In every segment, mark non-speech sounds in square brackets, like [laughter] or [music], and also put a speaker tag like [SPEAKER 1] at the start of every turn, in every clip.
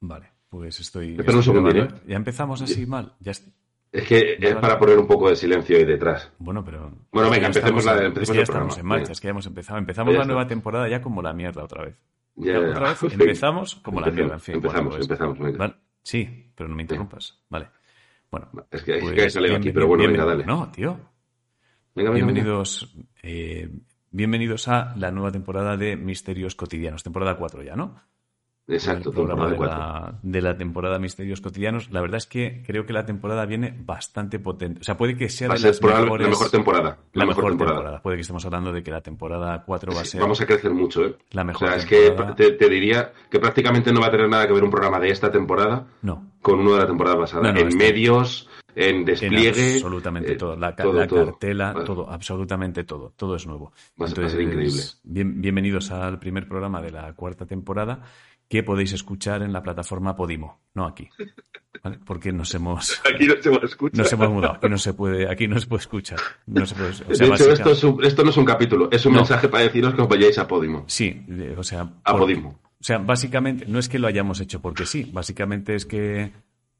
[SPEAKER 1] Vale, pues estoy.
[SPEAKER 2] Espera un
[SPEAKER 1] estoy
[SPEAKER 2] segundo,
[SPEAKER 1] grabando, ¿eh? Ya empezamos así mal. Ya est-
[SPEAKER 2] Es que es
[SPEAKER 1] Vale.
[SPEAKER 2] para poner un poco de silencio ahí detrás.
[SPEAKER 1] Bueno, pero.
[SPEAKER 2] Bueno, venga,
[SPEAKER 1] ya
[SPEAKER 2] empecemos
[SPEAKER 1] estamos
[SPEAKER 2] la-
[SPEAKER 1] en-
[SPEAKER 2] empecemos
[SPEAKER 1] es que ya
[SPEAKER 2] el
[SPEAKER 1] estamos
[SPEAKER 2] programa.
[SPEAKER 1] en marcha,
[SPEAKER 2] Venga.
[SPEAKER 1] es que ya hemos empezado. Empezamos
[SPEAKER 2] Ya
[SPEAKER 1] la
[SPEAKER 2] está.
[SPEAKER 1] nueva temporada ya como la mierda otra vez. Ya,
[SPEAKER 2] Ya, ya,
[SPEAKER 1] otra vez
[SPEAKER 2] [laughs] venga.
[SPEAKER 1] empezamos como la mierda, en
[SPEAKER 2] Empezamos,
[SPEAKER 1] fin. bueno,
[SPEAKER 2] empezamos,
[SPEAKER 1] pues,
[SPEAKER 2] empezamos, venga.
[SPEAKER 1] vale. Sí, pero no me interrumpas. Vale. Bueno.
[SPEAKER 2] Es que, es que
[SPEAKER 1] pues,
[SPEAKER 2] he salido aquí,
[SPEAKER 1] bienvenido-
[SPEAKER 2] pero bueno, venga,
[SPEAKER 1] bienvenido-
[SPEAKER 2] dale.
[SPEAKER 1] No, tío.
[SPEAKER 2] Venga, venga, venga.
[SPEAKER 1] Bienvenidos, eh, bienvenidos a la nueva temporada de Misterios Cotidianos, temporada 4 ya, ¿no?
[SPEAKER 2] Exacto,
[SPEAKER 1] El programa
[SPEAKER 2] temporada
[SPEAKER 1] de
[SPEAKER 2] 4.
[SPEAKER 1] la, de la temporada Misterios Cotidianos. La verdad es que creo que la temporada viene bastante potente. O sea, puede que sea
[SPEAKER 2] Va a
[SPEAKER 1] de
[SPEAKER 2] ser
[SPEAKER 1] las
[SPEAKER 2] probable-
[SPEAKER 1] mejores-
[SPEAKER 2] la mejor temporada.
[SPEAKER 1] la mejor temporada. Puede que estemos hablando de que la temporada 4 va a
[SPEAKER 2] Sí,
[SPEAKER 1] ser
[SPEAKER 2] Vamos a crecer mucho, ¿eh?
[SPEAKER 1] la
[SPEAKER 2] O
[SPEAKER 1] mejor
[SPEAKER 2] sea, es que
[SPEAKER 1] temporada.
[SPEAKER 2] te, te diría que prácticamente no va a tener nada que ver un programa de esta temporada
[SPEAKER 1] No,
[SPEAKER 2] con uno de la temporada pasada.
[SPEAKER 1] No, no,
[SPEAKER 2] en
[SPEAKER 1] este-
[SPEAKER 2] medios, en
[SPEAKER 1] en
[SPEAKER 2] despliegue.
[SPEAKER 1] absolutamente
[SPEAKER 2] eh,
[SPEAKER 1] todo. La, ca-
[SPEAKER 2] todo,
[SPEAKER 1] la
[SPEAKER 2] todo.
[SPEAKER 1] cartela,
[SPEAKER 2] Vale.
[SPEAKER 1] todo, absolutamente todo. Todo es nuevo.
[SPEAKER 2] Va a ser- va a ser increíble.
[SPEAKER 1] bien- bienvenidos al primer programa de la cuarta temporada que podéis escuchar en la plataforma Podimo, no aquí. ¿vale? Porque nos hemos...
[SPEAKER 2] Aquí no se va a escuchar.
[SPEAKER 1] Nos hemos mudado, aquí no se puede, aquí no se puede escuchar. No se puede, o sea,
[SPEAKER 2] de hecho,
[SPEAKER 1] básicamente-
[SPEAKER 2] esto, es un- esto no es un capítulo, es un
[SPEAKER 1] No.
[SPEAKER 2] mensaje para deciros que os vayáis a Podimo.
[SPEAKER 1] Sí, de- o sea,
[SPEAKER 2] A
[SPEAKER 1] por-
[SPEAKER 2] Podimo.
[SPEAKER 1] o sea, básicamente no es que lo hayamos hecho porque sí, básicamente es que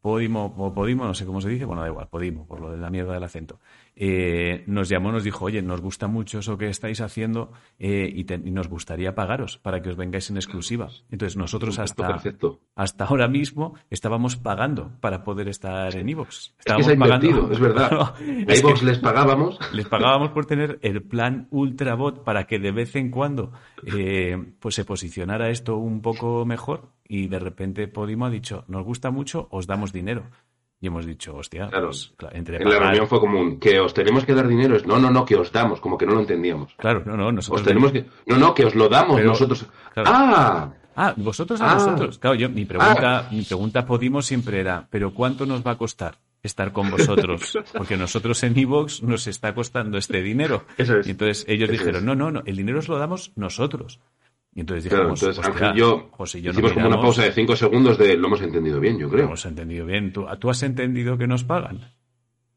[SPEAKER 1] Podimo, o Podimo, no sé cómo se dice, bueno, da igual, Podimo, por lo de la mierda del acento, eh, nos llamó, nos dijo, oye, nos gusta mucho eso que estáis haciendo eh, y, te- y nos gustaría pagaros para que os vengáis en exclusiva. Entonces nosotros hasta,
[SPEAKER 2] Perfecto.
[SPEAKER 1] hasta ahora mismo estábamos pagando para poder estar en Evox.
[SPEAKER 2] Es que se ha invertido,
[SPEAKER 1] [laughs]
[SPEAKER 2] es verdad. A iVoox les pagábamos.
[SPEAKER 1] les pagábamos por tener el plan Ultrabot para que de vez en cuando eh, pues se posicionara esto un poco mejor y de repente Podimo ha dicho, nos gusta mucho, os damos dinero. Y hemos dicho, hostia,
[SPEAKER 2] Claro.
[SPEAKER 1] pues, cla- entre
[SPEAKER 2] En la
[SPEAKER 1] pagar-
[SPEAKER 2] reunión fue común, que os tenemos que dar dinero. Es, no, no, no, que os damos, como que no lo entendíamos.
[SPEAKER 1] Claro, no, no,
[SPEAKER 2] Os
[SPEAKER 1] nosotros...
[SPEAKER 2] tenemos que. No, no, que os lo damos
[SPEAKER 1] Pues Pero-
[SPEAKER 2] nosotros.
[SPEAKER 1] claro.
[SPEAKER 2] ¡Ah!
[SPEAKER 1] Ah, vosotros a
[SPEAKER 2] Ah.
[SPEAKER 1] nosotros. Claro, yo, mi pregunta, mi pregunta a Podimo siempre era, ¿pero cuánto nos va a costar estar con
[SPEAKER 2] [laughs]
[SPEAKER 1] vosotros? Porque nosotros en Evox nos está costando este dinero.
[SPEAKER 2] Eso es.
[SPEAKER 1] Y entonces ellos
[SPEAKER 2] Eso
[SPEAKER 1] dijeron,
[SPEAKER 2] es.
[SPEAKER 1] no, no, no, el dinero os lo damos nosotros. Y entonces
[SPEAKER 2] Claro,
[SPEAKER 1] dijimos,
[SPEAKER 2] entonces
[SPEAKER 1] hostia,
[SPEAKER 2] Ángel y yo
[SPEAKER 1] José y yo nos
[SPEAKER 2] hicimos como una
[SPEAKER 1] miramos,
[SPEAKER 2] pausa de 5 segundos de lo hemos entendido bien, yo
[SPEAKER 1] lo
[SPEAKER 2] creo.
[SPEAKER 1] hemos entendido bien. ¿Tú, tú has entendido que nos pagan?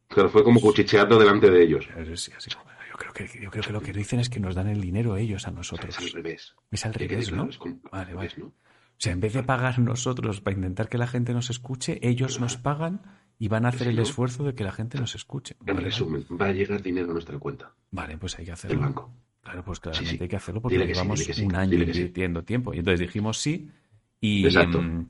[SPEAKER 2] Claro, fue como cuchicheando delante de ellos.
[SPEAKER 1] Pero sí, así como, yo, creo que, yo creo que lo que dicen es que nos dan el dinero ellos a nosotros.
[SPEAKER 2] Es al revés.
[SPEAKER 1] Es al
[SPEAKER 2] Que quede
[SPEAKER 1] revés,
[SPEAKER 2] claro,
[SPEAKER 1] ¿no?
[SPEAKER 2] es como al
[SPEAKER 1] Vale,
[SPEAKER 2] revés,
[SPEAKER 1] vale.
[SPEAKER 2] ¿no?
[SPEAKER 1] O sea, en vez de pagar nosotros para intentar que la gente nos escuche, ellos nos pagan y van a hacer
[SPEAKER 2] Sí,
[SPEAKER 1] el
[SPEAKER 2] ¿no?
[SPEAKER 1] esfuerzo de que la gente nos escuche.
[SPEAKER 2] En
[SPEAKER 1] Vale,
[SPEAKER 2] resumen, va a llegar dinero a nuestra cuenta
[SPEAKER 1] vale, pues hay que hacerlo.
[SPEAKER 2] del banco.
[SPEAKER 1] Claro, pues claramente
[SPEAKER 2] Sí, sí.
[SPEAKER 1] hay que hacerlo porque
[SPEAKER 2] Dile que sí,
[SPEAKER 1] llevamos
[SPEAKER 2] dile que sí,
[SPEAKER 1] un año
[SPEAKER 2] dile que sí.
[SPEAKER 1] invirtiendo tiempo. Y entonces dijimos sí. Y
[SPEAKER 2] Exacto.
[SPEAKER 1] mm,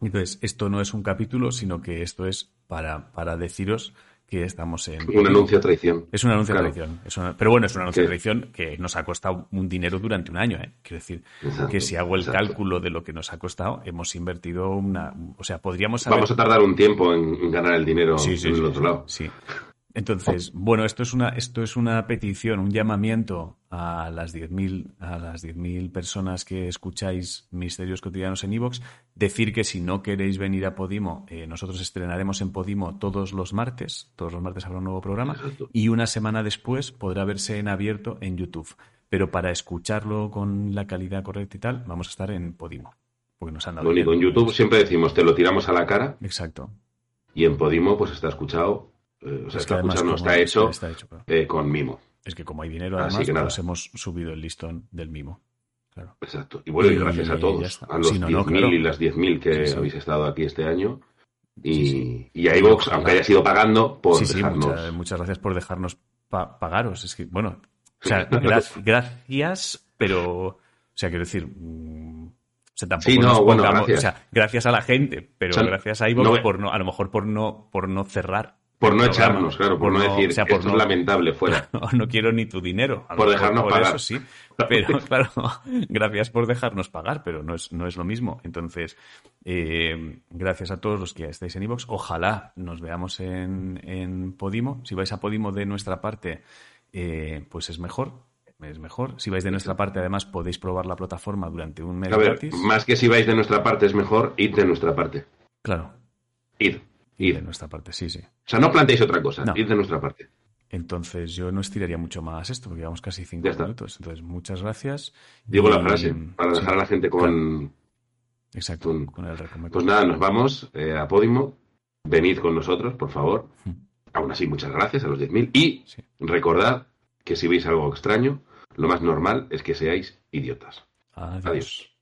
[SPEAKER 1] entonces, esto no es un capítulo, sino que esto es para, para deciros que estamos en.
[SPEAKER 2] Un anuncio a traición.
[SPEAKER 1] Es un anuncio
[SPEAKER 2] Claro.
[SPEAKER 1] de traición. Es una- pero bueno, es un anuncio de
[SPEAKER 2] Que-
[SPEAKER 1] traición que nos ha costado un dinero durante un año. ¿eh? Quiero decir,
[SPEAKER 2] Exacto,
[SPEAKER 1] que si hago el
[SPEAKER 2] exacto.
[SPEAKER 1] cálculo de lo que nos ha costado, hemos invertido una. O sea, podríamos haber.
[SPEAKER 2] Vamos a tardar un tiempo en en ganar el dinero
[SPEAKER 1] Sí, sí,
[SPEAKER 2] del
[SPEAKER 1] sí,
[SPEAKER 2] otro lado.
[SPEAKER 1] sí. Entonces, bueno, esto es una, esto es una petición, un llamamiento a las 10.000 a las 10.000 personas que escucháis Misterios Cotidianos en Evox. Decir que si no queréis venir a Podimo, eh, nosotros estrenaremos en Podimo todos los martes. Todos los martes habrá un nuevo programa.
[SPEAKER 2] Exacto.
[SPEAKER 1] Y una semana después podrá verse en abierto en YouTube. Pero para escucharlo con la calidad correcta y tal, vamos a estar en Podimo. Porque nos han dado
[SPEAKER 2] Bonito, en
[SPEAKER 1] dinero.
[SPEAKER 2] YouTube siempre decimos, te lo tiramos a la cara
[SPEAKER 1] Exacto.
[SPEAKER 2] y en Podimo pues está escuchado, eh, o sea,
[SPEAKER 1] Es que
[SPEAKER 2] está
[SPEAKER 1] además,
[SPEAKER 2] escuchado, no
[SPEAKER 1] como-
[SPEAKER 2] está hecho
[SPEAKER 1] Está hecho, claro.
[SPEAKER 2] eh, con mimo.
[SPEAKER 1] Es que como hay dinero,
[SPEAKER 2] Así
[SPEAKER 1] además,
[SPEAKER 2] que nada.
[SPEAKER 1] pues hemos subido el listón del mimo. Claro.
[SPEAKER 2] Exacto. Y bueno, y
[SPEAKER 1] Y
[SPEAKER 2] gracias a
[SPEAKER 1] ya
[SPEAKER 2] todos,
[SPEAKER 1] está.
[SPEAKER 2] a los
[SPEAKER 1] Sí, no,
[SPEAKER 2] 10.000
[SPEAKER 1] no, claro.
[SPEAKER 2] y las 10.000 que
[SPEAKER 1] Sí, sí.
[SPEAKER 2] habéis estado aquí este año. Y,
[SPEAKER 1] Sí, sí.
[SPEAKER 2] y a iVox, aunque haya sido pagando, por
[SPEAKER 1] sí, sí,
[SPEAKER 2] dejarnos.
[SPEAKER 1] muchas, muchas gracias por dejarnos pa- pagaros. Es que, bueno, o
[SPEAKER 2] [laughs]
[SPEAKER 1] sea, gra- gracias, pero, o sea, quiero decir, mm, o sea, tampoco
[SPEAKER 2] Sí, no,
[SPEAKER 1] nos
[SPEAKER 2] bueno,
[SPEAKER 1] pongamos-
[SPEAKER 2] gracias.
[SPEAKER 1] o sea, gracias a la gente, pero
[SPEAKER 2] O sea,
[SPEAKER 1] gracias a Ivo
[SPEAKER 2] no ve-
[SPEAKER 1] por no, a lo mejor por no, por no cerrar.
[SPEAKER 2] Por no
[SPEAKER 1] el programa.
[SPEAKER 2] echarnos, claro, por, no, decir
[SPEAKER 1] o sea,
[SPEAKER 2] esto es lamentable
[SPEAKER 1] [laughs]
[SPEAKER 2] fuera.
[SPEAKER 1] no, no quiero ni tu dinero. A lo
[SPEAKER 2] Por
[SPEAKER 1] mejor
[SPEAKER 2] dejarnos
[SPEAKER 1] por
[SPEAKER 2] pagar.
[SPEAKER 1] Eso sí. Pero [laughs] claro, gracias por dejarnos pagar, pero no es, no es lo mismo. Entonces, eh, gracias a todos los que estáis en Evox. Ojalá nos veamos en, en Podimo. Si vais a Podimo de nuestra parte, eh, pues es mejor. Es mejor. Si vais de nuestra parte, además, podéis probar la plataforma durante un mes
[SPEAKER 2] A ver,
[SPEAKER 1] gratis.
[SPEAKER 2] más que si vais de nuestra parte es mejor, id de nuestra parte.
[SPEAKER 1] Claro.
[SPEAKER 2] Id,
[SPEAKER 1] Y de
[SPEAKER 2] id. O
[SPEAKER 1] nuestra parte, sí, sí.
[SPEAKER 2] sea, no planteéis otra cosa,
[SPEAKER 1] No.
[SPEAKER 2] id de nuestra parte.
[SPEAKER 1] Entonces yo no estiraría mucho más esto, porque llevamos casi cinco
[SPEAKER 2] Ya está.
[SPEAKER 1] minutos. Entonces, muchas gracias.
[SPEAKER 2] Digo la
[SPEAKER 1] Y-
[SPEAKER 2] frase, para
[SPEAKER 1] sí.
[SPEAKER 2] dejar a la gente con,
[SPEAKER 1] Exacto,
[SPEAKER 2] Con-
[SPEAKER 1] con el recomendado.
[SPEAKER 2] Pues nada, nos vamos eh, a Podimo. Venid con nosotros, por favor.
[SPEAKER 1] Mm.
[SPEAKER 2] Aún así, muchas gracias a los 10.000. Y
[SPEAKER 1] Sí.
[SPEAKER 2] recordad que si veis algo extraño, lo más normal es que seáis idiotas.
[SPEAKER 1] Adiós.
[SPEAKER 2] Adiós.